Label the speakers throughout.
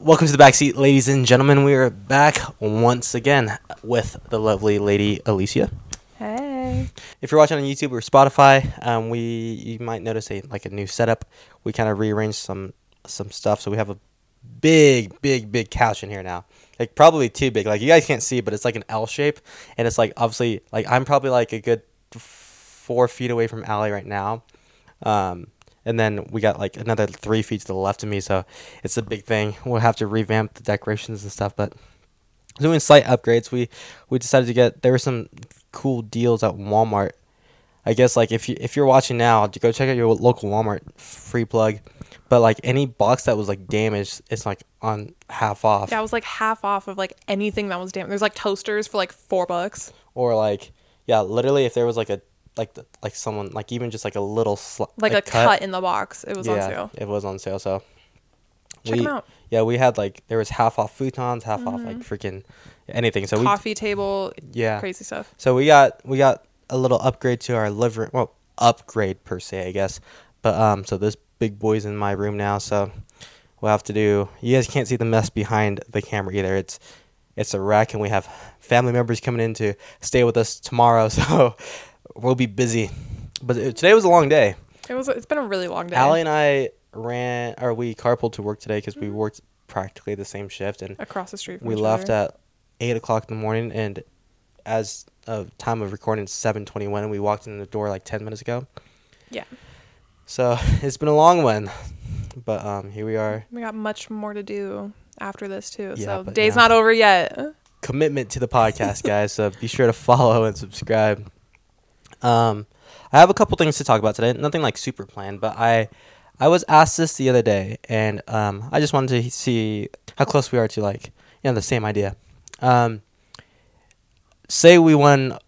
Speaker 1: Welcome to the backseat, ladies and gentlemen. We are back once again with the lovely lady Alicia.
Speaker 2: Hey.
Speaker 1: If you're watching on YouTube or Spotify, um, we you might notice a like a new setup. We kind of rearranged some some stuff, so we have a big, big, big couch in here now. Like probably too big. Like you guys can't see, but it's like an L shape, and it's like obviously like I'm probably like a good f- four feet away from Allie right now, um, and then we got like another three feet to the left of me. So it's a big thing. We'll have to revamp the decorations and stuff, but doing slight upgrades. We we decided to get there were some cool deals at Walmart. I guess like if you if you're watching now, to go check out your local Walmart free plug. But like any box that was like damaged, it's like on half off.
Speaker 2: Yeah, I was like half off of like anything that was damn. There's like toasters for like four bucks.
Speaker 1: Or like yeah, literally if there was like a like the, like someone like even just like a little sli-
Speaker 2: Like a cut. in the box. It was
Speaker 1: yeah,
Speaker 2: on sale.
Speaker 1: It was on sale, so
Speaker 2: Check 'em out. Mm-hmm.
Speaker 1: Yeah, we had like there was half off futons, half off like freaking anything. So we
Speaker 2: Coffee table.
Speaker 1: Yeah.
Speaker 2: Crazy stuff.
Speaker 1: So we got we got a little upgrade to our living room. Well, upgrade per se, I guess. But um, so this big boy's in my room now. So we'll have to do. You guys can't see the mess behind the camera either. It's it's a wreck, and we have family members coming in to stay with us tomorrow. So we'll be busy. But it- today was a long day.
Speaker 2: It was. It's been a really long day.
Speaker 1: Allie and I ran, or we carpooled to work today because we worked practically the same shift, and
Speaker 2: across the street. From
Speaker 1: we
Speaker 2: each
Speaker 1: left
Speaker 2: other.
Speaker 1: at eight o'clock in the morning, and as of time of recording, it's seven twenty-one, and we walked in the door like ten minutes ago.
Speaker 2: Yeah.
Speaker 1: So it's been a long one, but um, here we are.
Speaker 2: We got much more to do after this too.
Speaker 1: Yeah,
Speaker 2: so
Speaker 1: but
Speaker 2: day's
Speaker 1: yeah.
Speaker 2: not over yet.
Speaker 1: Commitment to the podcast, guys. so be sure to follow and subscribe. Um, I have a couple things to talk about today. Nothing like super planned, but I, I was asked this the other day, and um, I just wanted to see how close we are to like you know the same idea. Um, say we won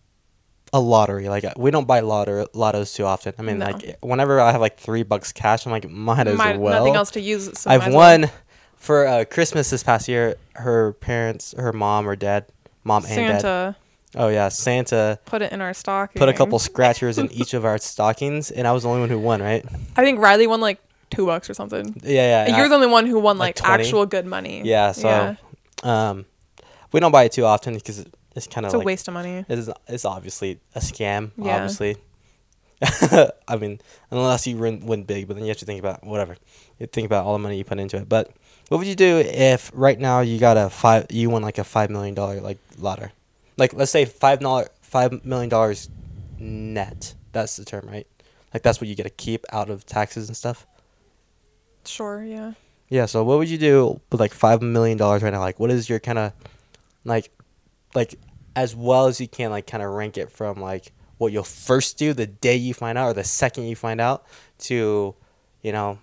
Speaker 1: a lottery. Like uh, we don't buy lotto lottos too often. I mean,
Speaker 2: No.
Speaker 1: like whenever I have like three bucks cash, I'm like might as
Speaker 2: Might-
Speaker 1: well.
Speaker 2: Nothing else to use. So might
Speaker 1: I've
Speaker 2: as well.
Speaker 1: won for uh, Christmas this past year. Her parents, her mom or dad, mom and dad.
Speaker 2: Santa
Speaker 1: Oh yeah, Santa
Speaker 2: put it in our stocking.
Speaker 1: put a couple scratchers in each of our stockings, and I was the only one who won, right?
Speaker 2: I think Riley won like two bucks or something.
Speaker 1: Yeah, yeah. and I-
Speaker 2: You're the only one who won
Speaker 1: like
Speaker 2: like,
Speaker 1: 20.
Speaker 2: actual good money.
Speaker 1: yeah. So, um, we don't buy it too often because it's kind of
Speaker 2: It's a
Speaker 1: like
Speaker 2: waste of money.
Speaker 1: It is, it's obviously a scam.
Speaker 2: Yeah.
Speaker 1: Obviously, I mean, unless you win, win big, but then you have to think about whatever. You think about all the money you put into it. But what would you do if right now you got a five? You won like a five million dollar like lottery, like let's say five dollar five million dollars net. That's the term, right? Like that's what you get to keep out of taxes and stuff.
Speaker 2: Sure. Yeah.
Speaker 1: Yeah. So what would you do with like five million dollars right now? Like, what is your kind of like, like as well as you can, like kind of rank it from like what you'll first do the day you find out or the second you find out to, you know,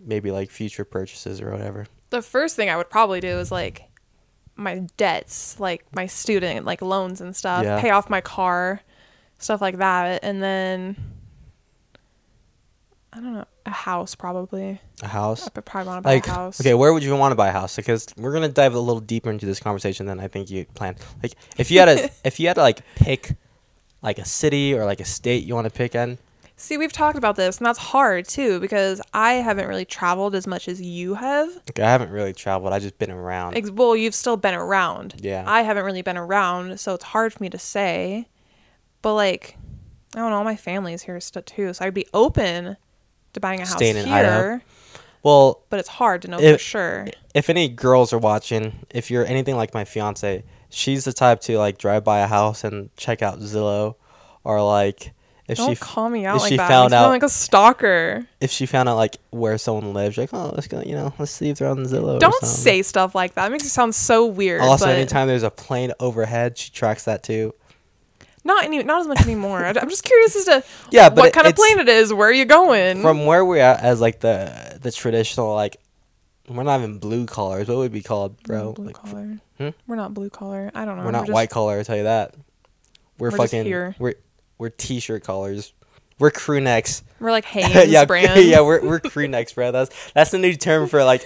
Speaker 1: maybe like future purchases or whatever.
Speaker 2: the first thing I would probably do is like my debts, like my student, like loans and stuff,
Speaker 1: Yeah.
Speaker 2: pay off my car, stuff like that, and then I don't know, a house probably.
Speaker 1: A
Speaker 2: I
Speaker 1: house.
Speaker 2: would probably want to Uh, buy
Speaker 1: Like
Speaker 2: a house.
Speaker 1: okay, where would you want to buy a house? Because we're gonna dive a little deeper into this conversation than I think you planned. Like, if you had to, if you had to like pick, like a city or like a state you want to pick in.
Speaker 2: See, we've talked about this, and that's hard too because I haven't really traveled as much as you have.
Speaker 1: Like, I haven't really traveled. I've just been around.
Speaker 2: Ex- well, you've still been around.
Speaker 1: Yeah.
Speaker 2: I haven't really been around, so it's hard for me to say. But like, I don't know. All my family's here st- too, so I'd be open to buying a house
Speaker 1: Staying
Speaker 2: here.
Speaker 1: in Idaho. well,
Speaker 2: But it's hard to know for
Speaker 1: If-
Speaker 2: sure.
Speaker 1: if any girls are watching, if you're anything like my fiance, she's the type to like drive by a house and check out Zillow, or like if
Speaker 2: Don't
Speaker 1: she f-
Speaker 2: call me out
Speaker 1: if
Speaker 2: like
Speaker 1: she
Speaker 2: that.
Speaker 1: found
Speaker 2: Found
Speaker 1: out-
Speaker 2: like a stalker.
Speaker 1: if she found out like where someone lives, like oh let's go, you know let's see if they're on Zillow. or
Speaker 2: Don't
Speaker 1: something."
Speaker 2: say stuff like that. It makes it sound so weird.
Speaker 1: Also,
Speaker 2: but
Speaker 1: anytime there's a plane overhead, she tracks that too.
Speaker 2: not any, not as much anymore. I- I'm just curious as to
Speaker 1: Yeah, but
Speaker 2: what
Speaker 1: it-
Speaker 2: kind of
Speaker 1: it's-
Speaker 2: plane it is. Where are you going?
Speaker 1: From where we're at, as like the the traditional like. We're not even blue collars. What would we be called, bro?
Speaker 2: Mm, blue
Speaker 1: Like,
Speaker 2: collar.
Speaker 1: Hmm?
Speaker 2: We're not blue collar. I don't know.
Speaker 1: We're not
Speaker 2: just-
Speaker 1: white collar, I tell you that. We're,
Speaker 2: We're just
Speaker 1: fucking
Speaker 2: here.
Speaker 1: we're we're t-shirt collars. We're crew necks.
Speaker 2: We're like Hanes
Speaker 1: yeah,
Speaker 2: brand.
Speaker 1: yeah, we're we're crew necks, bro. That's that's the new term for like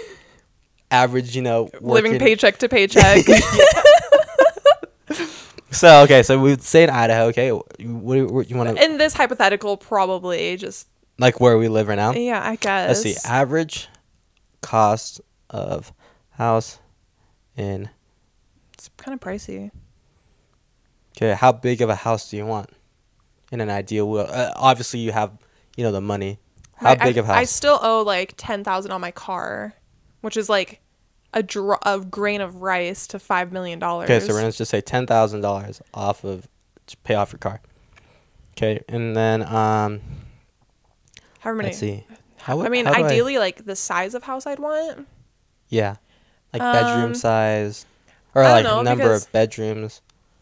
Speaker 1: average, you know,
Speaker 2: living
Speaker 1: working-
Speaker 2: paycheck to paycheck.
Speaker 1: So okay, so we would say in Idaho, okay, what, do you- what do you want to
Speaker 2: In this hypothetical, probably just
Speaker 1: like where we live right now?
Speaker 2: yeah, I
Speaker 1: Let's
Speaker 2: guess.
Speaker 1: see, average cost of house in.
Speaker 2: It's kind of pricey.
Speaker 1: Okay, how big of a house do you want? In an ideal world, uh, obviously you have, you know, the money. How
Speaker 2: I-
Speaker 1: big
Speaker 2: I,
Speaker 1: of a house?
Speaker 2: I still owe like ten thousand on my car, which is like a dr- a grain of rice to five million dollars.
Speaker 1: Okay, so we're gonna just say ten thousand dollars off of to pay off your car. Okay, and then um,
Speaker 2: however many.
Speaker 1: let's see. How,
Speaker 2: I mean,
Speaker 1: how do
Speaker 2: ideally, like the size of house I'd want.
Speaker 1: yeah, like bedroom
Speaker 2: Um,
Speaker 1: size, or
Speaker 2: I
Speaker 1: like
Speaker 2: don't know,
Speaker 1: number
Speaker 2: because-
Speaker 1: of bedrooms.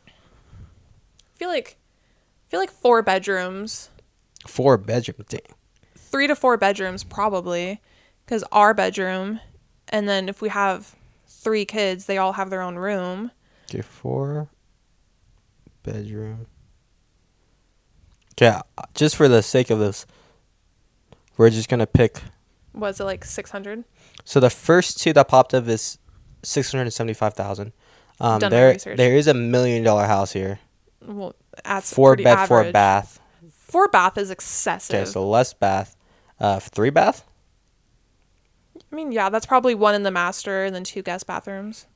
Speaker 2: I feel like, I feel like four bedrooms,
Speaker 1: Four bedroom. Dang.
Speaker 2: three to four bedrooms probably, because our bedroom, and then if we have three kids, they all have their own room.
Speaker 1: Okay, four bedroom. Okay, uh, just for the sake of this, we're just gonna pick.
Speaker 2: Was it like six hundred?
Speaker 1: So the first two that popped up is six hundred seventy-five thousand. Um,
Speaker 2: Done my
Speaker 1: there,
Speaker 2: research.
Speaker 1: there is a million dollar house here.
Speaker 2: Well, that's
Speaker 1: four
Speaker 2: pretty
Speaker 1: bed, four
Speaker 2: average.
Speaker 1: bath.
Speaker 2: Four bath is excessive.
Speaker 1: Okay, so less bath. Uh, three bath?
Speaker 2: I mean, yeah, that's probably one in the master and then two guest bathrooms.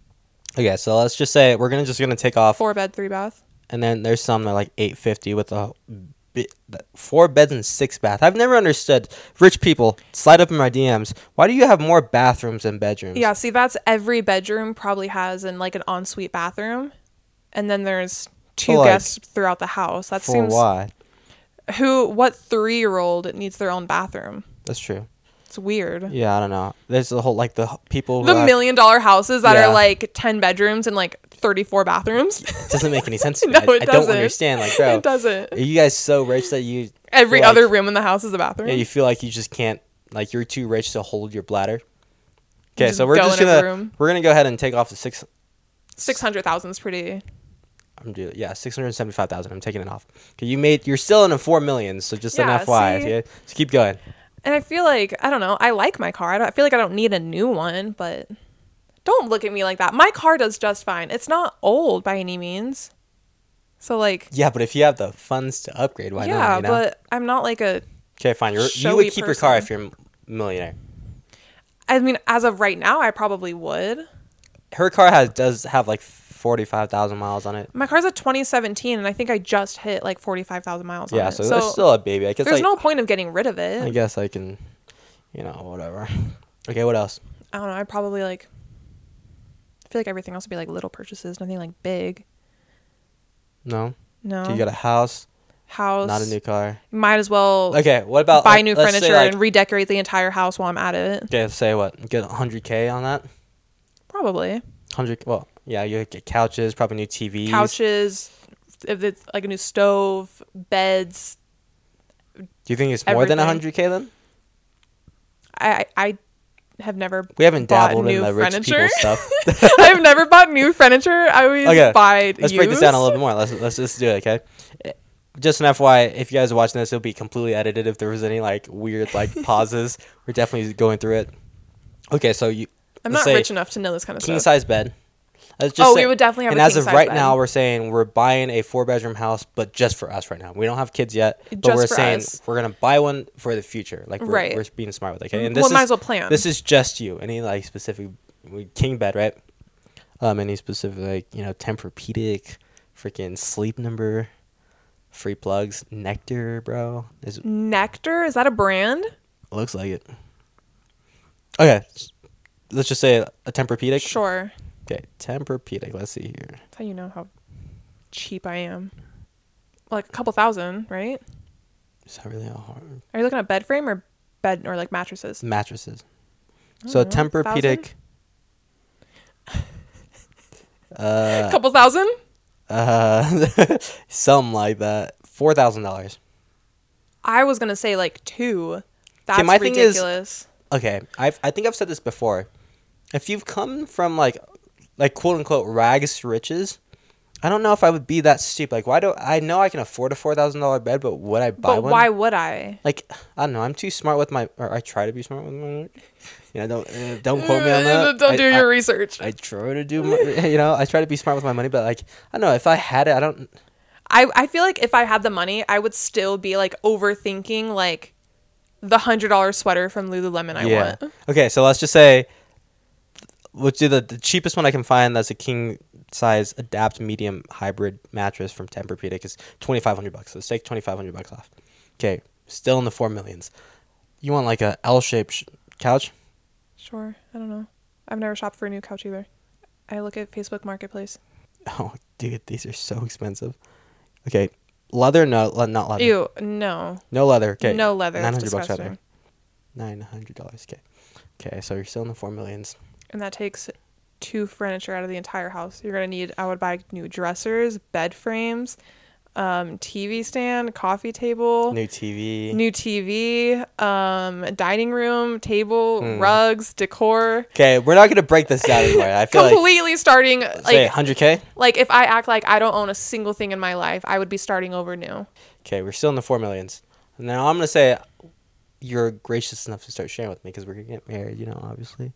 Speaker 1: Okay, so let's just say we're gonna just gonna take off,
Speaker 2: Four bed, three bath.
Speaker 1: and then there's some that are like eight fifty with a bi- th- four beds and six bath. I've never understood rich people. Slide up in my DMs. Why do you have more bathrooms than bedrooms?
Speaker 2: Yeah, see, that's every bedroom probably has an like an ensuite bathroom, and then there's two
Speaker 1: like,
Speaker 2: guests throughout the house. That
Speaker 1: for
Speaker 2: seems
Speaker 1: why?
Speaker 2: who what three year old needs their own bathroom?
Speaker 1: That's true.
Speaker 2: It's weird.
Speaker 1: Yeah, I don't know. There's the whole like the h- people. who
Speaker 2: The
Speaker 1: have-
Speaker 2: million dollar houses that
Speaker 1: Yeah.
Speaker 2: are like ten bedrooms and like thirty four bathrooms.
Speaker 1: doesn't make any sense. To me.
Speaker 2: No,
Speaker 1: I,
Speaker 2: it
Speaker 1: I don't
Speaker 2: doesn't.
Speaker 1: understand. Like, bro,
Speaker 2: it doesn't.
Speaker 1: are you guys so rich that you
Speaker 2: Every
Speaker 1: feel like-
Speaker 2: other room in the house is a bathroom.
Speaker 1: Yeah, you feel like you just can't like you're too rich to hold your bladder. Okay,
Speaker 2: just
Speaker 1: so we're
Speaker 2: go
Speaker 1: just
Speaker 2: in a
Speaker 1: gonna
Speaker 2: room.
Speaker 1: we're gonna go ahead and take off the six.
Speaker 2: Six hundred thousand is pretty.
Speaker 1: I'm doing yeah six hundred seventy five thousand. I'm taking it off. Okay, you made you're still in the four millions, so just
Speaker 2: Yeah,
Speaker 1: an FY.
Speaker 2: see?
Speaker 1: Yeah, so keep going.
Speaker 2: And I feel like I don't know. I like my car. I, don't, I feel like I don't need a new one, but don't look at me like that. My car does just fine. It's not old by any means. So like,
Speaker 1: Yeah, but if you have the funds to upgrade, why
Speaker 2: yeah,
Speaker 1: not? You know?
Speaker 2: but I'm not like a.
Speaker 1: okay, fine. You're, you
Speaker 2: showy
Speaker 1: would keep your car
Speaker 2: person.
Speaker 1: if you're a millionaire.
Speaker 2: I mean, as of right now, I probably would.
Speaker 1: Her car has does have like forty five thousand miles on it.
Speaker 2: My car's a 2017, and I think I just hit like 45,000 miles. on
Speaker 1: Yeah,
Speaker 2: it.
Speaker 1: so, that's still a baby. I guess
Speaker 2: there's
Speaker 1: like,
Speaker 2: no point of getting rid of it.
Speaker 1: I guess I can, you know, whatever. Okay, what else?
Speaker 2: I don't know. I'd probably like. I feel like everything else would be like little purchases, nothing like big.
Speaker 1: No,
Speaker 2: No
Speaker 1: Okay, you got a house,
Speaker 2: house.
Speaker 1: not a new car.
Speaker 2: Might as well.
Speaker 1: Okay, what about
Speaker 2: buy
Speaker 1: like,
Speaker 2: new
Speaker 1: let's say,
Speaker 2: furniture
Speaker 1: like-
Speaker 2: and redecorate the entire house while I'm at it.
Speaker 1: Okay, say what? Get 100k on that.
Speaker 2: Probably
Speaker 1: 100. Well, yeah, you get couches, probably new TVs.
Speaker 2: couches, if it's like a new stove, beds.
Speaker 1: Do you think it's more than
Speaker 2: everything.
Speaker 1: 100k then?
Speaker 2: I I I have never
Speaker 1: We haven't
Speaker 2: bought
Speaker 1: dabbled in
Speaker 2: new
Speaker 1: the rich
Speaker 2: furniture.
Speaker 1: people stuff.
Speaker 2: I've never bought new furniture. I always
Speaker 1: Okay,
Speaker 2: buy.
Speaker 1: Let's break this down a
Speaker 2: used.
Speaker 1: little bit more. Let's let's just do it, okay? Eh, Just an FYI, if you guys are watching this, it'll be completely edited. If there was any like weird like pauses, we're definitely going through it. Okay, so you.
Speaker 2: I'm
Speaker 1: let's
Speaker 2: not
Speaker 1: say
Speaker 2: rich enough to know this kind of
Speaker 1: King
Speaker 2: stuff.
Speaker 1: size bed. Let's
Speaker 2: Oh, we would definitely have
Speaker 1: And
Speaker 2: a
Speaker 1: as
Speaker 2: king
Speaker 1: of
Speaker 2: size
Speaker 1: right
Speaker 2: bed.
Speaker 1: now, we're saying we're buying a four bedroom house, but just for us right now. We don't have kids yet, but
Speaker 2: Just
Speaker 1: we're
Speaker 2: for
Speaker 1: saying
Speaker 2: us.
Speaker 1: we're gonna buy one for the future. Like we're,
Speaker 2: Right. Mm-hmm.
Speaker 1: we're being smart with it. Okay, and this
Speaker 2: Well,
Speaker 1: is
Speaker 2: might as well plan.
Speaker 1: this is just you. Any like specific we- king bed, right? Um, any specific like you know Tempur-Pedic, freaking sleep number, free plugs, Nectar, bro. Is
Speaker 2: Nectar is that a brand?
Speaker 1: looks like it. Okay, s- let's just say a Tempur-Pedic.
Speaker 2: Sure.
Speaker 1: Okay, Tempur-Pedic. Let's see here.
Speaker 2: That's how you know how cheap I am. Like a couple thousand, right?
Speaker 1: Is that really all hard?
Speaker 2: Are you looking at bed frame or bed or like mattresses?
Speaker 1: Mattresses. So
Speaker 2: know,
Speaker 1: Tempur-Pedic.
Speaker 2: A
Speaker 1: uh,
Speaker 2: couple thousand?
Speaker 1: uh, something like that. Four thousand dollars.
Speaker 2: I was gonna say like two. That's
Speaker 1: my thing is-
Speaker 2: ridiculous.
Speaker 1: Okay, I I think I've said this before. If you've come from like, like quote unquote rags to riches, I don't know if I would be that stupid. Like, why do I know I can afford a four thousand dollar bed, but would I buy
Speaker 2: but
Speaker 1: one?
Speaker 2: why would I?
Speaker 1: Like, I don't know. I'm too smart with my, or I try to be smart with my. You know, don't uh, don't quote me on that.
Speaker 2: Mm, Don't
Speaker 1: I-
Speaker 2: do
Speaker 1: I-
Speaker 2: your research. I,
Speaker 1: I try to do, my, you know, I try to be smart with my money, but like, I don't know if I had it, I don't.
Speaker 2: I, feel like if I had the money, I would still be like overthinking like the hundred dollar sweater from Lululemon I want.
Speaker 1: Okay, so let's just say Let's do the, the cheapest one I can find. That's a king size adapt medium hybrid mattress from Tempur-Pedic is twenty five hundred bucks. So let's take twenty five hundred bucks off. Okay, still in the four millions. You want like a L shaped sh- couch?
Speaker 2: Sure. I don't know. I've never shopped for a new couch either. I look at Facebook Marketplace.
Speaker 1: Oh, dude, these are so expensive. Okay, leather? No, le- not leather.
Speaker 2: Ew, no.
Speaker 1: No leather. Okay.
Speaker 2: No leather.
Speaker 1: Nine
Speaker 2: It's
Speaker 1: hundred bucks right there.
Speaker 2: disgusting.
Speaker 1: Nine hundred dollars. Okay. Okay, so you're still in the four millions.
Speaker 2: And that takes two furniture out of the entire house. You're going to need, I would buy new dressers, bed frames, um, TV stand, coffee table,
Speaker 1: New TV.
Speaker 2: Oh. new TV, um, dining room, table,
Speaker 1: Hmm.
Speaker 2: rugs, decor.
Speaker 1: okay, we're not gonna break this down anymore. I feel like
Speaker 2: Completely starting
Speaker 1: say
Speaker 2: like
Speaker 1: hundred k.
Speaker 2: like if I act like I don't own a single thing in my life, I would be starting over new.
Speaker 1: Okay, we're still in the four millions. Now I'm gonna say you're gracious enough to start sharing with me because we're gonna get married, you know, obviously.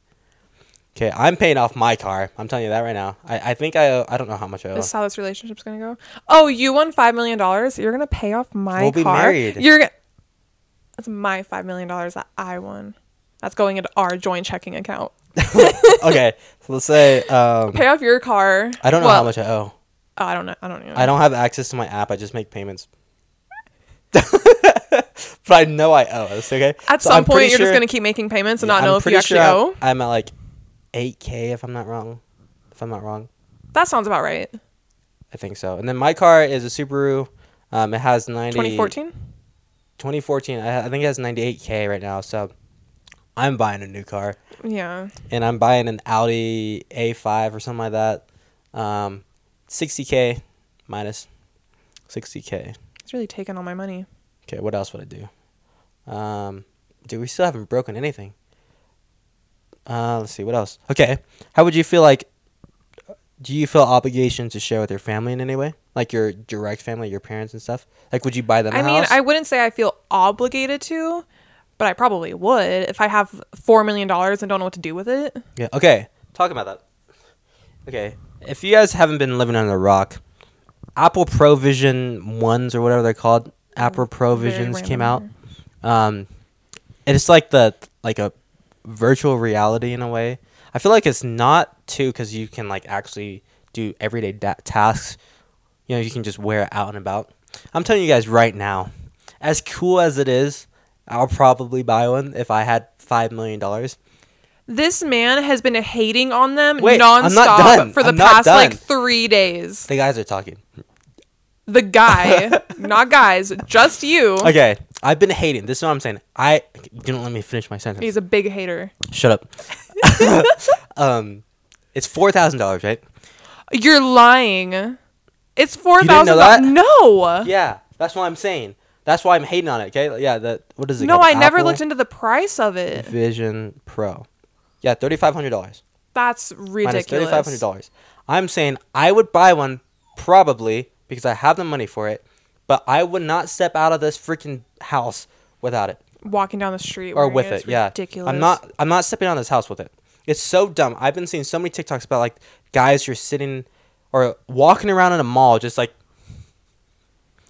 Speaker 1: Okay, I'm paying off my car. I'm telling you that right now. I, I think I owe, I don't know how much I owe.
Speaker 2: This is how this relationship's gonna go. Oh, you won five million dollars. You're gonna pay off my
Speaker 1: We'll be
Speaker 2: car.
Speaker 1: married.
Speaker 2: You're gonna. That's my five million dollars that I won. That's going into our joint checking account.
Speaker 1: okay, so let's say um,
Speaker 2: Pay off your car.
Speaker 1: I don't know how
Speaker 2: Well,
Speaker 1: much I owe.
Speaker 2: Oh, I don't know. I don't even.
Speaker 1: I don't have access to my app. I just make payments. but I know I owe us. Okay.
Speaker 2: At
Speaker 1: So
Speaker 2: some
Speaker 1: I'm
Speaker 2: point,
Speaker 1: pretty
Speaker 2: you're
Speaker 1: sure-
Speaker 2: just gonna keep making payments and
Speaker 1: yeah,
Speaker 2: not know
Speaker 1: I'm
Speaker 2: if you
Speaker 1: pretty
Speaker 2: actually
Speaker 1: sure I'm-
Speaker 2: owe.
Speaker 1: I'm at like 8k if I'm not wrong. If I'm not wrong.
Speaker 2: That sounds about right.
Speaker 1: I think so. And then my car is a Subaru. Um, it has 90.
Speaker 2: 2014.
Speaker 1: 2014. I, I think it has 98k right now. So I'm buying a new car,
Speaker 2: Yeah.
Speaker 1: and I'm buying an Audi A5 or something like that. Um, 60k minus 60k.
Speaker 2: It's really taken all my money.
Speaker 1: Okay, what else would I do? Um, dude, we still haven't broken anything. Uh, let's see, what else? Okay, how would you feel like? Do you feel obligation to share with your family in any way, like your direct family, your parents and stuff? Like, would you buy them? a
Speaker 2: I mean,
Speaker 1: house?
Speaker 2: I wouldn't say I feel obligated to, but I probably would if I have four million dollars and don't know what to do with it.
Speaker 1: Yeah. Okay. Talk about that. Okay. If you guys haven't been living under a rock, Apple Provision ones or whatever they're called, Apple Provisions came out. Um,
Speaker 2: random
Speaker 1: it's like the like a virtual reality in a way. I feel like it's not too because you can like actually do everyday da- tasks. You know, you can just wear it out and about. I'm telling you guys right now, as cool as it is, I'll probably buy one if I had five million dollars.
Speaker 2: This man has been hating on them
Speaker 1: Wait,
Speaker 2: nonstop
Speaker 1: I'm not done.
Speaker 2: for the
Speaker 1: I'm not
Speaker 2: past like
Speaker 1: done.
Speaker 2: three days.
Speaker 1: The guys are talking.
Speaker 2: The guy, not guys, just you.
Speaker 1: Okay, I've been hating. This is what I'm saying. I you didn't let me finish my sentence.
Speaker 2: He's a big hater.
Speaker 1: Shut up. um, it's four thousand dollars, right?
Speaker 2: You're lying. It's four
Speaker 1: didn't know
Speaker 2: thousand.
Speaker 1: that?
Speaker 2: No,
Speaker 1: Yeah, that's what I'm saying. That's why I'm hating on it. Okay, yeah. That what is it?
Speaker 2: no,
Speaker 1: called?
Speaker 2: I never
Speaker 1: Apple
Speaker 2: looked into the price of it.
Speaker 1: Vision Pro. Yeah, thirty five hundred dollars
Speaker 2: That's
Speaker 1: minus thirty
Speaker 2: ridiculous.
Speaker 1: five hundred dollars. I'm saying I would buy one probably because I have the money for it, but I would not step out of this freaking house without it.
Speaker 2: Walking down the street
Speaker 1: or
Speaker 2: wearing
Speaker 1: with
Speaker 2: it's
Speaker 1: it. Yeah,
Speaker 2: ridiculous.
Speaker 1: I'm not. I'm not stepping on this house with it. It's so dumb. I've been seeing so many TikToks about like guys you're sitting or walking around in a mall, just like,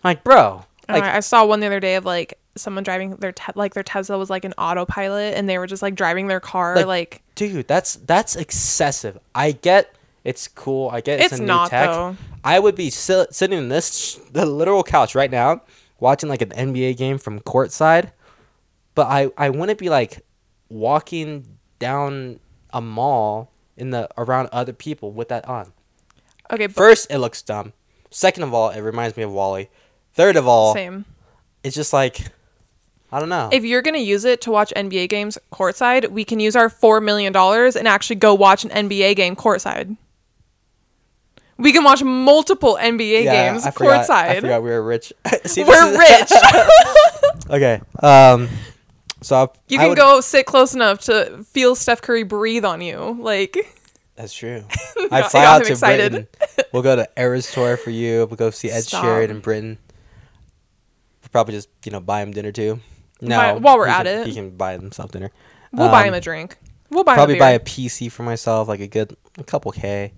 Speaker 1: like bro, like
Speaker 2: I I saw one the other day of like someone driving their te- like their Tesla was like an autopilot and they were just like driving their car
Speaker 1: Like,
Speaker 2: like,
Speaker 1: dude, that's that's excessive. I get it's cool. I get it's,
Speaker 2: It's
Speaker 1: a new
Speaker 2: not,
Speaker 1: tech.
Speaker 2: though.
Speaker 1: I would be si- sitting in this the literal couch right now, watching like an NBA game from courtside, but I I wouldn't be like walking down a mall in the around other people with that on.
Speaker 2: okay, but
Speaker 1: First, it looks dumb. Second of all, it reminds me of Wally. Third of all,
Speaker 2: same.
Speaker 1: it's just like I don't know.
Speaker 2: If you're gonna use it to watch NBA games courtside, we can use our four million dollars and actually go watch an NBA game courtside. We can watch multiple NBA
Speaker 1: Yeah,
Speaker 2: games
Speaker 1: I forgot, I
Speaker 2: courtside.
Speaker 1: forgot we were rich. See, this
Speaker 2: We're
Speaker 1: is-
Speaker 2: rich.
Speaker 1: Okay. Um. So I,
Speaker 2: You
Speaker 1: I
Speaker 2: can
Speaker 1: would-
Speaker 2: go sit close enough to feel Steph Curry breathe on you. Like
Speaker 1: That's true. I
Speaker 2: got-
Speaker 1: fly
Speaker 2: you got
Speaker 1: out
Speaker 2: him
Speaker 1: to
Speaker 2: excited.
Speaker 1: Britain. We'll go to Eras Tour for you. We'll go see Ed
Speaker 2: Stop.
Speaker 1: Sheeran in Britain. Probably just you know buy him dinner too. No,
Speaker 2: Buy- while we're
Speaker 1: he
Speaker 2: at
Speaker 1: can-
Speaker 2: it.
Speaker 1: he can buy himself dinner.
Speaker 2: we'll buy
Speaker 1: Um,
Speaker 2: him a drink. We'll buy
Speaker 1: probably
Speaker 2: him a
Speaker 1: buy
Speaker 2: beer.
Speaker 1: a PC for myself, like a good a couple k.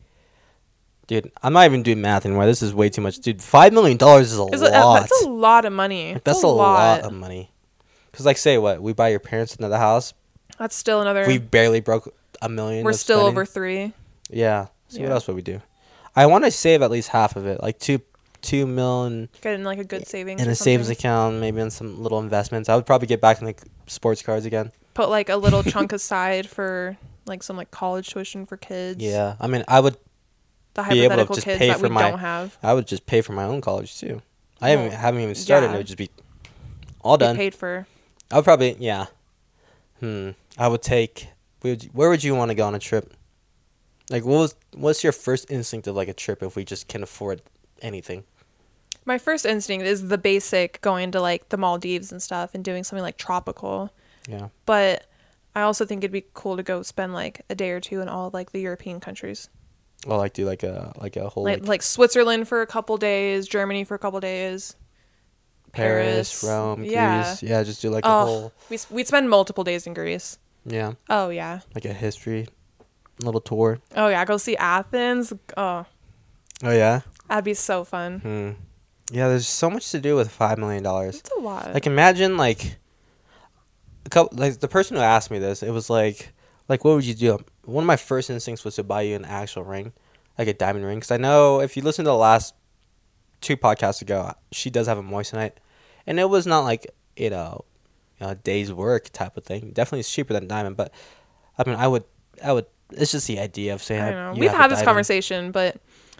Speaker 1: Dude, I'm not even doing math anymore. This is way too much, dude. Five million dollars is a
Speaker 2: Is it- uh,
Speaker 1: lot.
Speaker 2: that's a lot of money.
Speaker 1: That's a lot of money. Because like, say what? We buy your parents another house.
Speaker 2: That's still another.
Speaker 1: We barely broke. a million.
Speaker 2: We're
Speaker 1: of
Speaker 2: still
Speaker 1: spending.
Speaker 2: over three.
Speaker 1: Yeah. So what
Speaker 2: Yeah.
Speaker 1: else would we do? I want to save at least half of it, like two two mil in,
Speaker 2: Getting like a good savings.
Speaker 1: in
Speaker 2: or
Speaker 1: a savings
Speaker 2: something.
Speaker 1: account, maybe in some little investments. I would probably get back in the sports cards again.
Speaker 2: Put like a little chunk aside for like some like college tuition for kids.
Speaker 1: Yeah. I mean, I would
Speaker 2: The
Speaker 1: Be able to
Speaker 2: hypothetical
Speaker 1: just
Speaker 2: kids
Speaker 1: pay
Speaker 2: that
Speaker 1: for
Speaker 2: we
Speaker 1: my-
Speaker 2: don't have.
Speaker 1: I would just pay for my own college too. I
Speaker 2: Well,
Speaker 1: haven't haven't even started. and
Speaker 2: yeah.
Speaker 1: It would just be all
Speaker 2: Be
Speaker 1: done.
Speaker 2: paid for.
Speaker 1: I would probably yeah. Hmm. I would take. Would where would you want to go on a trip? Like, what was what's your first instinct of like a trip if we just can afford anything?
Speaker 2: My first instinct is the basic going to like the Maldives and stuff and doing something like tropical.
Speaker 1: Yeah.
Speaker 2: But I also think it'd be cool to go spend like a day or two in all of, like the European countries.
Speaker 1: Well, like do like a like a whole
Speaker 2: Like, like Switzerland for a couple days, Germany for a couple days.
Speaker 1: Paris,
Speaker 2: Paris,
Speaker 1: Rome,
Speaker 2: yeah.
Speaker 1: Greece. Yeah, just do like a
Speaker 2: oh,
Speaker 1: whole
Speaker 2: we s- we'd spend multiple days in Greece.
Speaker 1: yeah,
Speaker 2: Oh yeah.
Speaker 1: like a history little tour.
Speaker 2: Oh yeah, go see Athens. Oh,
Speaker 1: Oh yeah.
Speaker 2: that'd be so fun.
Speaker 1: Hmm. Yeah, there's so much to do with five million dollars.
Speaker 2: It's a lot.
Speaker 1: Like imagine like a couple like the person who asked me this, it was like like what would you do? One of my first instincts was to buy you an actual ring, like a diamond ring cuz I know if you listen to the last two podcasts ago, she does have a moissanite and it was not like, you know, you know, a day's work type of thing. Definitely it's cheaper than diamond, but I mean, I would I would it's just the idea of saying
Speaker 2: I
Speaker 1: I-
Speaker 2: don't know.
Speaker 1: you
Speaker 2: We've
Speaker 1: have a
Speaker 2: had this
Speaker 1: diamond.
Speaker 2: conversation, but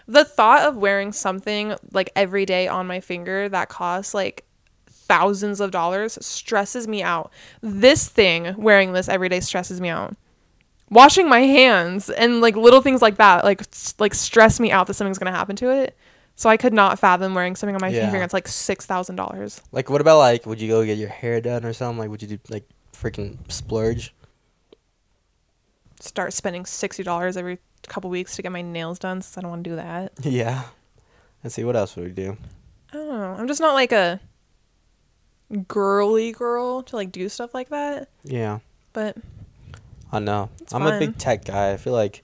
Speaker 2: the thought of wearing something like every day on my finger that costs like thousands of dollars stresses me out. This thing, wearing this every day, stresses me out. Washing my hands and like little things like that, like s- like stress me out that something's gonna happen to it. So I could not fathom wearing something on my
Speaker 1: Yeah.
Speaker 2: finger that's like six thousand dollars.
Speaker 1: Like, what about like, would you go get your hair done or something? Like, would you do like freaking splurge?
Speaker 2: Start spending sixty dollars every couple weeks to get my nails done since I don't want to do that.
Speaker 1: Yeah. Let's see, what else would we do?
Speaker 2: I don't know. Oh, I'm just not like a girly girl to like do stuff like that.
Speaker 1: Yeah.
Speaker 2: But
Speaker 1: I know.
Speaker 2: It's
Speaker 1: I'm a big
Speaker 2: fun.
Speaker 1: tech guy. I feel like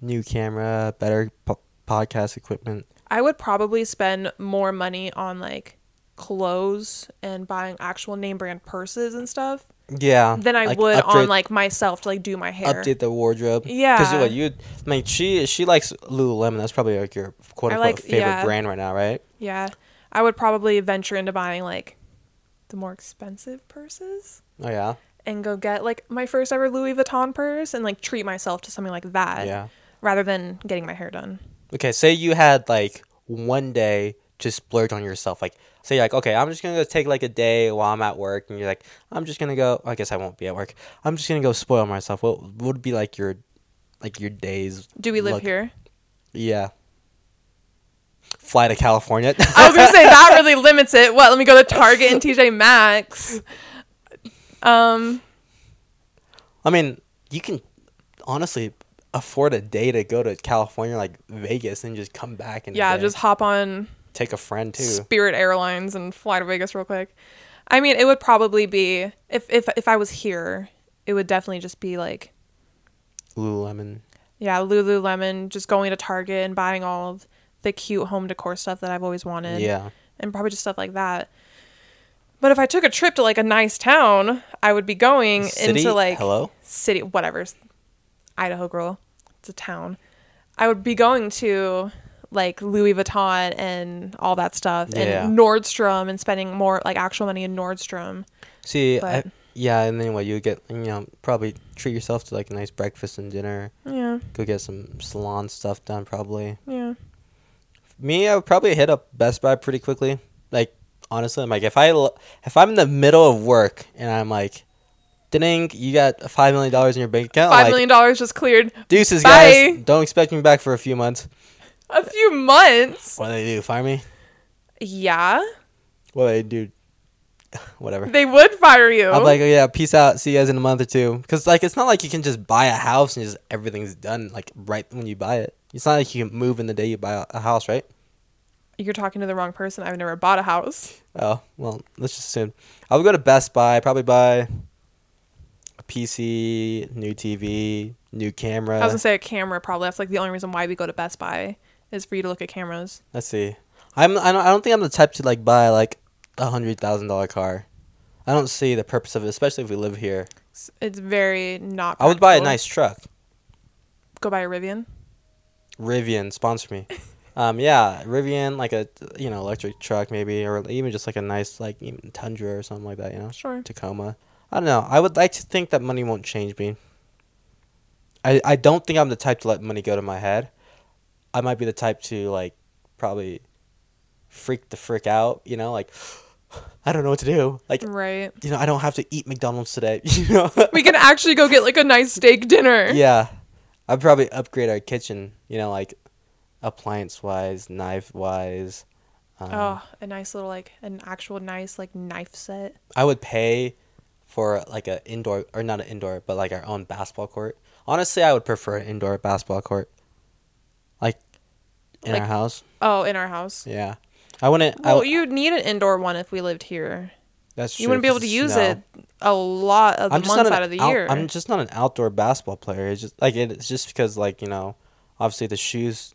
Speaker 1: new camera, better po- podcast equipment.
Speaker 2: I would probably spend more money on like clothes and buying actual name brand purses and stuff
Speaker 1: Yeah.
Speaker 2: than I would on like myself to like do my hair.
Speaker 1: update the wardrobe. Because
Speaker 2: Yeah.
Speaker 1: what you, I mean, she she likes Lululemon. That's probably like your quote
Speaker 2: I
Speaker 1: unquote
Speaker 2: like-
Speaker 1: favorite
Speaker 2: yeah.
Speaker 1: brand right now, right?
Speaker 2: Yeah. I would probably venture into buying like the more expensive purses
Speaker 1: Oh yeah.
Speaker 2: and go get like my first ever Louis Vuitton purse and like treat myself to something like that
Speaker 1: yeah.
Speaker 2: rather than getting my hair done.
Speaker 1: Okay, say you had like one day to splurge on yourself. Like, say you're like, okay, I'm just gonna go take like a day while I'm at work, and you're like, I'm just gonna go. I guess I won't be at work. I'm just gonna go spoil myself. What would be like your, like your days?
Speaker 2: Do we live
Speaker 1: look?
Speaker 2: here?
Speaker 1: Yeah. Fly to California.
Speaker 2: I was gonna say that really limits it. What? Let me go to Target and TJ Maxx. Um,
Speaker 1: I mean, you can honestly afford a day to go to California, like Vegas, and just come back and
Speaker 2: yeah, just hop on
Speaker 1: take a friend too.
Speaker 2: Spirit Airlines and fly to Vegas real quick. I mean, it would probably be if if if I was here, it would definitely just be like
Speaker 1: Lululemon.
Speaker 2: yeah, Lululemon, just going to Target and buying all of the cute home decor stuff that I've always wanted.
Speaker 1: Yeah.
Speaker 2: and probably just stuff like that. But if I took a trip to like a nice town, I would be going
Speaker 1: City?
Speaker 2: into like
Speaker 1: Hello?
Speaker 2: city, whatever, Idaho girl. It's a town. I would be going to like Louis Vuitton and all that stuff,
Speaker 1: Yeah.
Speaker 2: and Nordstrom, and spending more like actual money in Nordstrom.
Speaker 1: See, I,
Speaker 2: But-
Speaker 1: yeah, and then what you get, you know, probably treat yourself to like a nice breakfast and dinner.
Speaker 2: Yeah,
Speaker 1: Go get some salon stuff done, probably.
Speaker 2: yeah.
Speaker 1: Me, I would probably hit up Best Buy pretty quickly. Like, honestly, I'm like, if I l- if I'm in the middle of work and I'm like, ding, you got five million dollars in your bank account,
Speaker 2: Five
Speaker 1: like,
Speaker 2: million dollars just cleared.
Speaker 1: deuces,
Speaker 2: Bye.
Speaker 1: guys. Don't expect me back for a few months.
Speaker 2: A few months.
Speaker 1: What do they do? Fire me?
Speaker 2: Yeah,
Speaker 1: What do they do? Whatever.
Speaker 2: they would fire you.
Speaker 1: I'm like, oh, yeah, peace out. See you guys in a month or two. Because like, it's not like you can just buy a house and just everything's done like right when you buy it. It's not like you can move in the day you buy a- a house, right?
Speaker 2: You're talking to the wrong person. I've never bought a house.
Speaker 1: Oh well, let's just assume. I would go to Best Buy, probably buy a PC, new TV, new camera.
Speaker 2: I was gonna say a camera. Probably that's like the only reason why we go to Best Buy is for you to look at cameras.
Speaker 1: Let's see. I'm I don't, I don't think I'm the type to like buy like a hundred thousand dollar car. I don't see the purpose of it, especially if we live here.
Speaker 2: It's- It's very not.
Speaker 1: I would buy a
Speaker 2: practical.
Speaker 1: nice truck.
Speaker 2: Go buy a Rivian.
Speaker 1: Rivian sponsor me. Um, yeah, Rivian, like a you know electric truck maybe, or even just like a nice like even Tundra or something like that. You know,
Speaker 2: Sure.
Speaker 1: Tacoma. I don't know. I would like to think that money won't change me. I I don't think I'm the type to let money go to my head. I might be the type to like probably freak the frick out. You know, like I don't know what to do. Like
Speaker 2: Right.
Speaker 1: you know, I don't have to eat McDonald's today. You know.
Speaker 2: We can actually go get like a nice steak dinner.
Speaker 1: yeah, I'd probably upgrade our kitchen. You know, like appliance wise, knife wise. Um,
Speaker 2: Oh, a nice little like an actual nice like knife set.
Speaker 1: I would pay for like an indoor or not an indoor, but like our own basketball court. Honestly, I would prefer an indoor basketball court, like in
Speaker 2: Like-
Speaker 1: our house.
Speaker 2: Oh, in our house.
Speaker 1: Yeah, I wouldn't. I
Speaker 2: Well,
Speaker 1: w-
Speaker 2: you'd need an indoor one if we lived here.
Speaker 1: that's
Speaker 2: You
Speaker 1: true,
Speaker 2: wouldn't be able
Speaker 1: 'cause
Speaker 2: to
Speaker 1: it's
Speaker 2: use
Speaker 1: snow.
Speaker 2: it a lot of the
Speaker 1: I'm just not
Speaker 2: months
Speaker 1: an
Speaker 2: out of the
Speaker 1: out-
Speaker 2: year.
Speaker 1: I'm just not an outdoor basketball player. It's just like it- it's just because like you know, obviously the shoes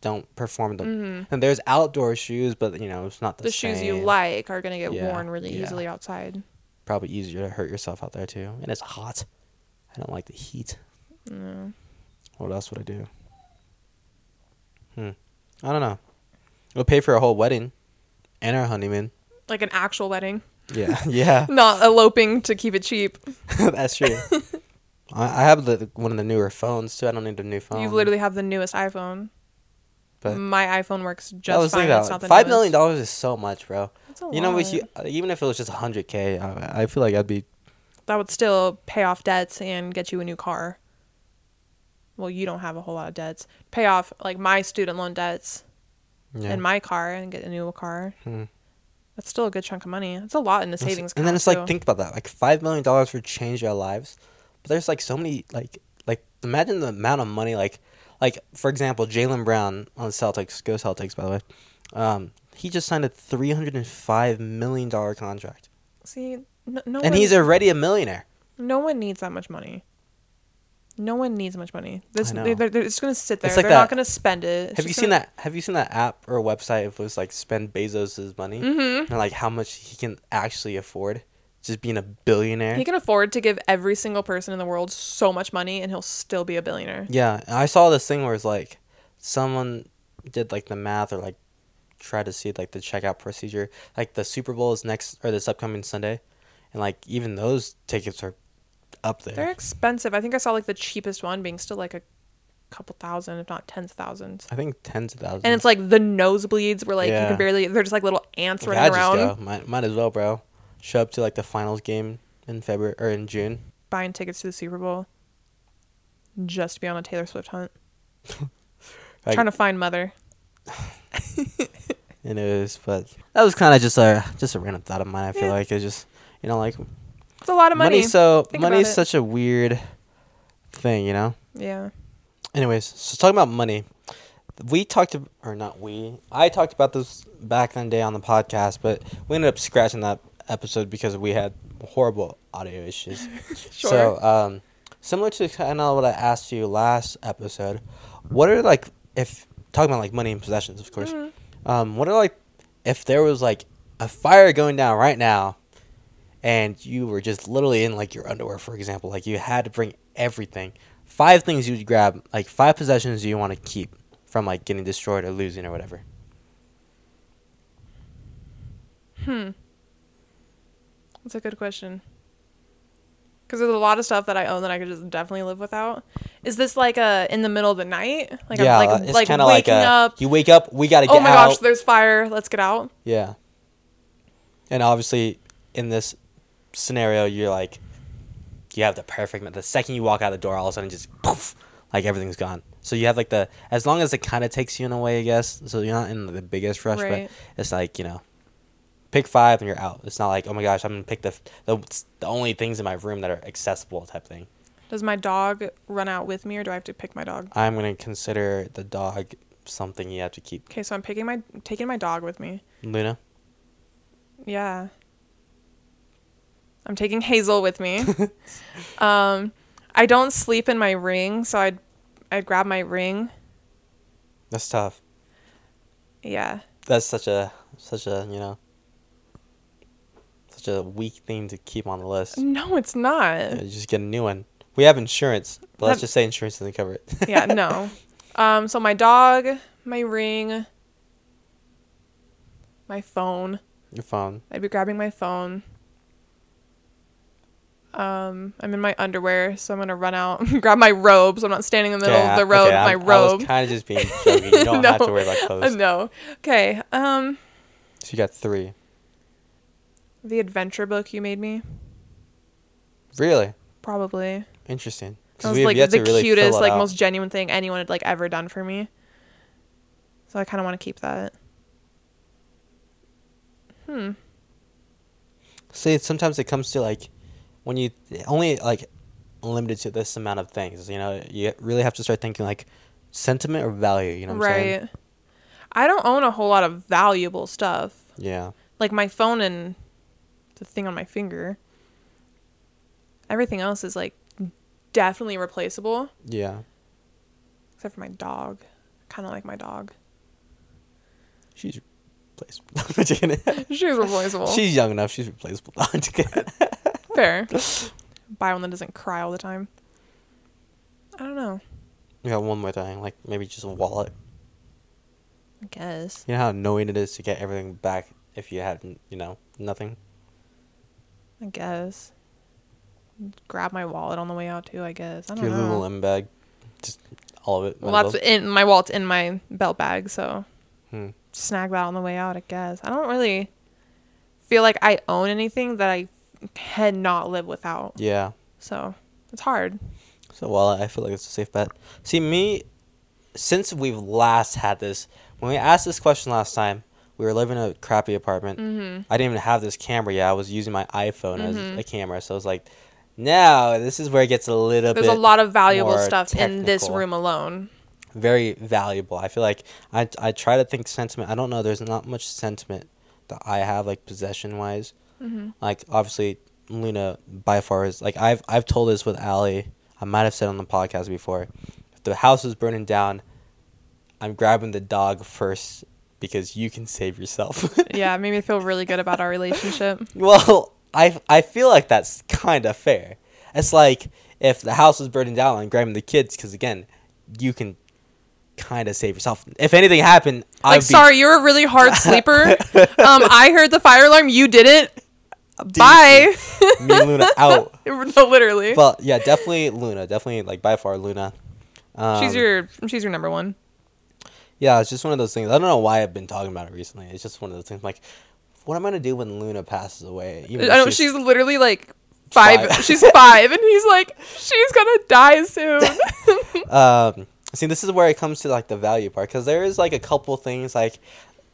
Speaker 1: don't perform the and there's outdoor shoes, but you know it's not the,
Speaker 2: Mm-hmm. the shoes you
Speaker 1: same.
Speaker 2: like are gonna get
Speaker 1: Yeah,
Speaker 2: worn really
Speaker 1: yeah.
Speaker 2: easily outside.
Speaker 1: Probably easier to hurt yourself out there too, and it's hot. I don't like the heat. What else would I do? Hmm. I don't know. We'll pay for a whole wedding and our honeymoon.
Speaker 2: Like an actual wedding,
Speaker 1: Yeah, yeah,
Speaker 2: not eloping to keep it cheap.
Speaker 1: that's true. I, I have the one of the newer phones too. I don't need a new phone.
Speaker 2: you literally have the newest iPhone.
Speaker 1: Um, But-
Speaker 2: my iPhone works
Speaker 1: I was
Speaker 2: just fine.
Speaker 1: thinking
Speaker 2: It's
Speaker 1: about
Speaker 2: not the
Speaker 1: it. Five
Speaker 2: newest.
Speaker 1: million dollars is so much, bro.
Speaker 2: That's a
Speaker 1: You know, if
Speaker 2: lot.
Speaker 1: you, even if it was just 100k, I, I feel like I'd be.
Speaker 2: that would still pay off debts and get you a new car. Well, you don't have a whole lot of debts. Pay off like my student loan debts
Speaker 1: Yeah.
Speaker 2: and my car and get a new car.
Speaker 1: Hmm.
Speaker 2: That's still a good chunk of money. It's a lot in the savings.
Speaker 1: and then it's
Speaker 2: account,
Speaker 1: like
Speaker 2: too.
Speaker 1: think about that like five million dollars would change our lives but there's like so many like like imagine the amount of money like like for example jalen brown on the celtics go celtics by the way um he just signed a 305 million dollar contract
Speaker 2: see, no, no
Speaker 1: and
Speaker 2: one,
Speaker 1: he's already a millionaire
Speaker 2: no one needs that much money. No one needs much money. This,
Speaker 1: I know.
Speaker 2: they're, they're, they're just gonna sit there.
Speaker 1: like
Speaker 2: they're
Speaker 1: that-
Speaker 2: not gonna spend it. It's
Speaker 1: have you
Speaker 2: just
Speaker 1: seen
Speaker 2: gonna-
Speaker 1: that have you seen that app or website if it was like spend bezos's money
Speaker 2: Mm. Mm-hmm.
Speaker 1: and like how much he can actually afford just being a billionaire
Speaker 2: He can afford to give every single person in the world so much money, and he'll still be a billionaire.
Speaker 1: Yeah, and I saw this thing where it's like someone did like the math or like tried to see like the checkout procedure. Like the Super Bowl is next or this upcoming Sunday, and like even those tickets are up there.
Speaker 2: They're expensive. I think I saw like the cheapest one being still like a couple thousand, if not tens of thousands.
Speaker 1: I think tens of thousands.
Speaker 2: And it's like the nosebleeds where like you
Speaker 1: Yeah.
Speaker 2: can barely. They're just like little ants
Speaker 1: Like,
Speaker 2: running
Speaker 1: I
Speaker 2: around
Speaker 1: just go. Might, might as well, bro. Show up to like the finals game in February or in June.
Speaker 2: buying tickets to the Super Bowl just to be on a Taylor Swift hunt,
Speaker 1: Like,
Speaker 2: trying to find mother.
Speaker 1: It is, but that was kind of just a just a random thought of mine. I feel
Speaker 2: Yeah.
Speaker 1: like it's just you know like
Speaker 2: It's a lot of money.
Speaker 1: so
Speaker 2: Think about
Speaker 1: money's
Speaker 2: it.
Speaker 1: such a weird thing, you know.
Speaker 2: yeah.
Speaker 1: Anyways, so talking about money, we talked ab- or not we. I talked about this back in the day on the podcast, but we ended up scratching that episode because we had horrible audio issues.
Speaker 2: Sure.
Speaker 1: So, um, similar to kind of what I asked you last episode, what are like if talking about like money and possessions, of course.
Speaker 2: Mm-hmm.
Speaker 1: Um, what are like if there was like a fire going down right now, and you were just literally in like your underwear, for example, like you had to bring everything. Five things you would grab, like five possessions you want to keep from like getting destroyed or losing or whatever.
Speaker 2: Hmm. That's a good question. Because there's a lot of stuff that I own that I could just definitely live without. Is this like a in the middle of the night? Like I'm like, like waking
Speaker 1: kinda a-
Speaker 2: up.
Speaker 1: You wake up, we gotta get
Speaker 2: Oh my
Speaker 1: out.
Speaker 2: gosh, there's fire. Let's get out.
Speaker 1: yeah. And obviously, in this scenario, you're like, you have the perfect. The second you walk out the door, all of a sudden, just poof, like everything's gone. So you have like the as long as it kind of takes you in a way, I guess. So you're not in the biggest rush,
Speaker 2: Right.
Speaker 1: but it's like you know, pick five and you're out. It's not like oh my gosh, I'm gonna pick the the, the only things in my room that are accessible type thing.
Speaker 2: Does my dog run out with me or do I have to pick my dog?
Speaker 1: I'm gonna consider the dog something you have to keep.
Speaker 2: Okay, so I'm picking my taking my dog with me.
Speaker 1: Luna,
Speaker 2: Yeah. I'm taking Hazel with me. um I don't sleep in my ring, so I'd I'd grab my ring.
Speaker 1: that's tough.
Speaker 2: Yeah.
Speaker 1: that's such a such a you know such a weak thing to keep on the list. Uh,
Speaker 2: No, it's not.
Speaker 1: You just get a new one. We have insurance. Well, let's just say insurance doesn't cover it.
Speaker 2: yeah, no. Um, so my dog, my ring, my phone.
Speaker 1: Your phone.
Speaker 2: I'd be grabbing my phone. Um, I'm in my underwear, so I'm gonna run out, grab my robe, so I'm not standing in the middle of the road with my robe.
Speaker 1: kind of just being joking. You don't have to
Speaker 2: No.
Speaker 1: worry about
Speaker 2: Uh,
Speaker 1: clothes.
Speaker 2: no. Okay. Um,
Speaker 1: So you got three.
Speaker 2: the adventure book you made me,
Speaker 1: Really
Speaker 2: probably.
Speaker 1: interesting.
Speaker 2: That
Speaker 1: 'Cause
Speaker 2: was
Speaker 1: we have
Speaker 2: like
Speaker 1: yet
Speaker 2: the
Speaker 1: to really fill
Speaker 2: cutest,
Speaker 1: it
Speaker 2: like
Speaker 1: out.
Speaker 2: most genuine thing anyone had like ever done for me. So I kind of want to keep that. Hmm.
Speaker 1: See, it's- sometimes it comes to like when you only like limited to this amount of things. You know, you really have to start thinking like sentiment or value. You know what I'm saying?
Speaker 2: right. I don't own a whole lot of valuable stuff.
Speaker 1: Yeah.
Speaker 2: like my phone and the thing on my finger. Everything else is like definitely replaceable,
Speaker 1: Yeah.
Speaker 2: except for my dog. Kind of like my dog.
Speaker 1: She's replaceable. I'm just kidding.
Speaker 2: She's replaceable.
Speaker 1: She's young enough. She's replaceable. No, I'm just kidding.
Speaker 2: fair. Buy one that doesn't cry all the time. I don't know.
Speaker 1: We got one more thing, like maybe just a wallet.
Speaker 2: I guess.
Speaker 1: You know how annoying it is to get everything back if you had, you know, nothing.
Speaker 2: I guess. Grab my wallet on the way out too. I guess. I don't
Speaker 1: Your
Speaker 2: know.
Speaker 1: little M bag, just all of it.
Speaker 2: well,
Speaker 1: might as
Speaker 2: that's in my wallet's in my belt bag, so
Speaker 1: Hmm.
Speaker 2: snag that on the way out, I guess. I don't really feel like I own anything that I cannot live without.
Speaker 1: Yeah.
Speaker 2: So it's hard.
Speaker 1: So wallet, I feel like it's a safe bet. See me, since we've last had this, when we asked this question last time, we were living in a crappy apartment.
Speaker 2: Mm-hmm.
Speaker 1: I didn't even have this camera yet. I was using my iPhone as a camera, so I was like, now this is where it gets a little bit.
Speaker 2: There's a lot of valuable
Speaker 1: more
Speaker 2: stuff in this
Speaker 1: technical.
Speaker 2: room alone.
Speaker 1: very valuable. I feel like I I try to think sentiment. I don't know. There's not much sentiment that I have like possession wise. Like obviously, Luna by far is like I've I've told this with Allie. I might have said on the podcast before. If the house is burning down, I'm grabbing the dog first because you can save yourself.
Speaker 2: Yeah, it made me feel really good about our relationship.
Speaker 1: Well, I I feel like that's kind of fair. It's like if the house was burning down and grabbing the kids, because again, you can kind of save yourself. If anything happened,
Speaker 2: Like,
Speaker 1: I'd
Speaker 2: sorry, you're a really hard sleeper. um, I heard the fire alarm. You didn't.
Speaker 1: be
Speaker 2: Bye.
Speaker 1: DQ, me and Luna out.
Speaker 2: no, literally.
Speaker 1: But yeah, definitely Luna. Definitely like by far Luna. Um,
Speaker 2: she's your she's your number one.
Speaker 1: yeah. It's just one of those things. I don't know why I've been talking about it recently. It's just one of those things. Like, what am I gonna do when Luna passes away?
Speaker 2: I
Speaker 1: Even if
Speaker 2: know she's literally like five.
Speaker 1: Five.
Speaker 2: she's five, and he's like, she's gonna die soon.
Speaker 1: um see this is where it comes to like the value part because there is like a couple things like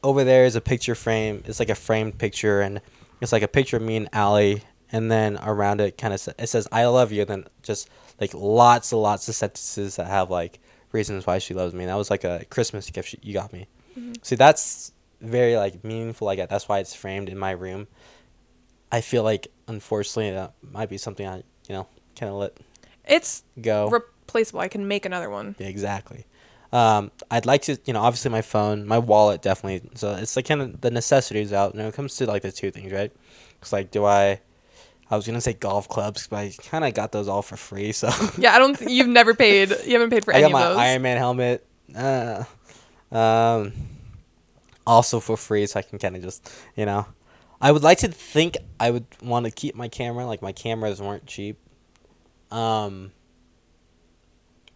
Speaker 1: over there is a picture frame it's like a framed picture and it's like a picture of me and Allie and then around it kind of it says I love you and then just like lots and lots of sentences that have like reasons why she loves me and that was like a Christmas gift she, you got me see that's very like meaningful like that's why it's framed in my room I feel like unfortunately that might be something I you know kind of let
Speaker 2: it's
Speaker 1: go
Speaker 2: replaceable. I can make another one.
Speaker 1: yeah, exactly. Um, I'd like to, you know, obviously my phone, my wallet, definitely. So it's like kind of the necessities out. And it comes to like the two things, right? It's like, do I? I was gonna say golf clubs, but I kind of got those all for free. So
Speaker 2: Yeah, I don't. Th- you've never paid. You haven't paid for
Speaker 1: I
Speaker 2: any
Speaker 1: got
Speaker 2: of
Speaker 1: my
Speaker 2: those.
Speaker 1: Iron Man helmet, uh, um, also for free, so I can kind of just, you know, I would like to think I would want to keep my camera. Like my cameras weren't cheap, um,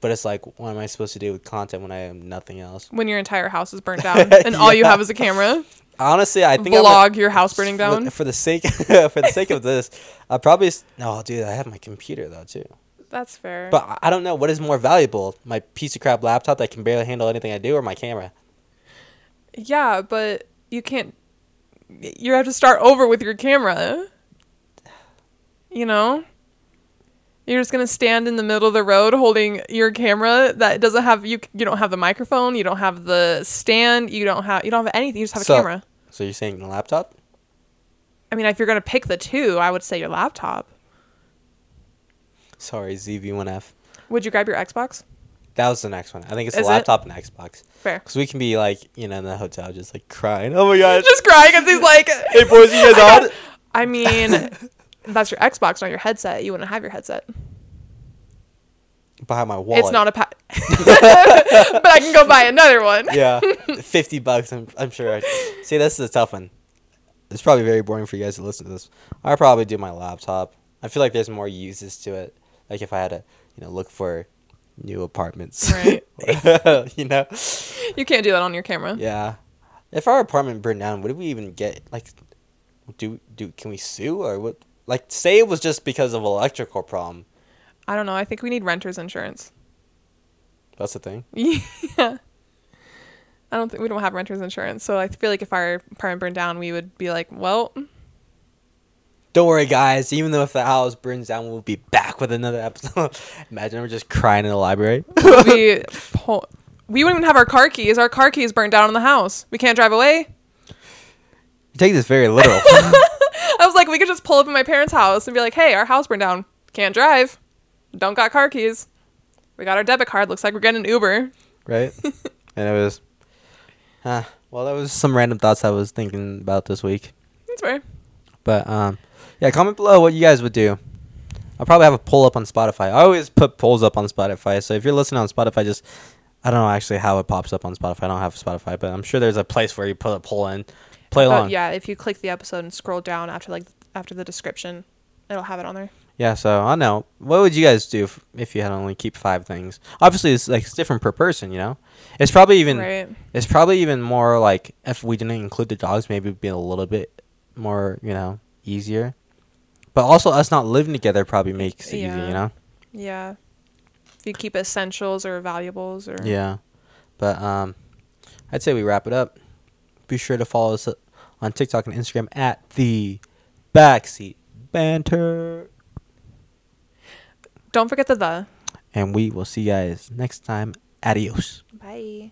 Speaker 1: but it's like, what am I supposed to do with content when I have nothing else?
Speaker 2: when your entire house is burnt down and all you
Speaker 1: Yeah.
Speaker 2: have is a camera,
Speaker 1: Honestly, I think I would-
Speaker 2: vlog your house burning down.
Speaker 1: For, for the sake for the sake of this, I probably s- no, dude. I have my computer though too.
Speaker 2: That's fair.
Speaker 1: But I- I don't know what is more valuable: my piece of crap laptop that can barely handle anything I do, or my camera.
Speaker 2: yeah, but you can't. You have to start over with your camera. You know. You're just gonna stand in the middle of the road holding your camera that doesn't have you. You don't have the microphone. You don't have the stand. You don't have. You don't have anything. You just have a
Speaker 1: So-
Speaker 2: camera.
Speaker 1: So you're saying the laptop?
Speaker 2: I mean, if you're gonna pick the two, I would say your laptop.
Speaker 1: Sorry, ZV1F.
Speaker 2: Would you grab your Xbox?
Speaker 1: That was the next one. I think it's the
Speaker 2: Is it?
Speaker 1: laptop and Xbox.
Speaker 2: Fair.
Speaker 1: Because we can be like, you know, in the hotel, just like crying. Oh my god!
Speaker 2: Just crying because he's like,
Speaker 1: hey boys, you guys on?
Speaker 2: I mean, that's your Xbox, not your headset. You wouldn't have your headset.
Speaker 1: behind my wallet.
Speaker 2: It's not a pa- but I can go buy another one.
Speaker 1: yeah, fifty bucks. I'm, I'm sure. I, see, this is a tough one. It's probably very boring for you guys to listen to this. I probably do my laptop. I feel like there's more uses to it. Like if I had to, you know, look for new apartments.
Speaker 2: Right.
Speaker 1: you know.
Speaker 2: You can't do that on your camera.
Speaker 1: Yeah. If our apartment burned down, would we even get like? Do do can we sue or what? Like, say it was just because of electrical problem.
Speaker 2: I don't know. I think we need renter's insurance.
Speaker 1: That's the thing.
Speaker 2: Yeah. I don't think we don't have renter's insurance. So I feel like if our apartment burned down, we would be like, well,
Speaker 1: Don't worry, guys. Even though if the house burns down, we'll be back with another episode. Imagine we're just crying in the library.
Speaker 2: we po- we wouldn't even have our car keys. Our car keys burned down in the house. We can't drive away.
Speaker 1: Take this very literal.
Speaker 2: I was like, we could just pull up at my parents' house and be like, hey, our house burned down. Can't drive. Don't got car keys. We got our debit card. Looks like we're getting an Uber.
Speaker 1: right? and it was, uh, well, that was some random thoughts I was thinking about this week.
Speaker 2: That's fair.
Speaker 1: But um, yeah, comment below what you guys would do. I'll probably have a poll up on Spotify. I always put polls up on Spotify, so if you're listening on Spotify, just I don't know actually how it pops up on Spotify. I don't have Spotify, but I'm sure there's a place where you put a poll in. Play
Speaker 2: But
Speaker 1: along.
Speaker 2: Uh, yeah, if you click the episode and scroll down after like after the description, it'll have it on there.
Speaker 1: Yeah, so I don't know. What would you guys do if, if you had only keep five things? Obviously, it's like it's different per person, you know. It's probably even
Speaker 2: Right.
Speaker 1: it's probably even more like if we didn't include the dogs, maybe it'd be a little bit more, you know, easier. But also, us not living together probably makes it easy,
Speaker 2: Yeah.
Speaker 1: you know.
Speaker 2: Yeah. If you keep essentials or valuables or
Speaker 1: Yeah, but um, I'd say we wrap it up. Be sure to follow us uh, on TikTok and Instagram at the Backseat Banter,
Speaker 2: don't forget the the.
Speaker 1: and we will see you guys next time. Adios.
Speaker 2: Bye.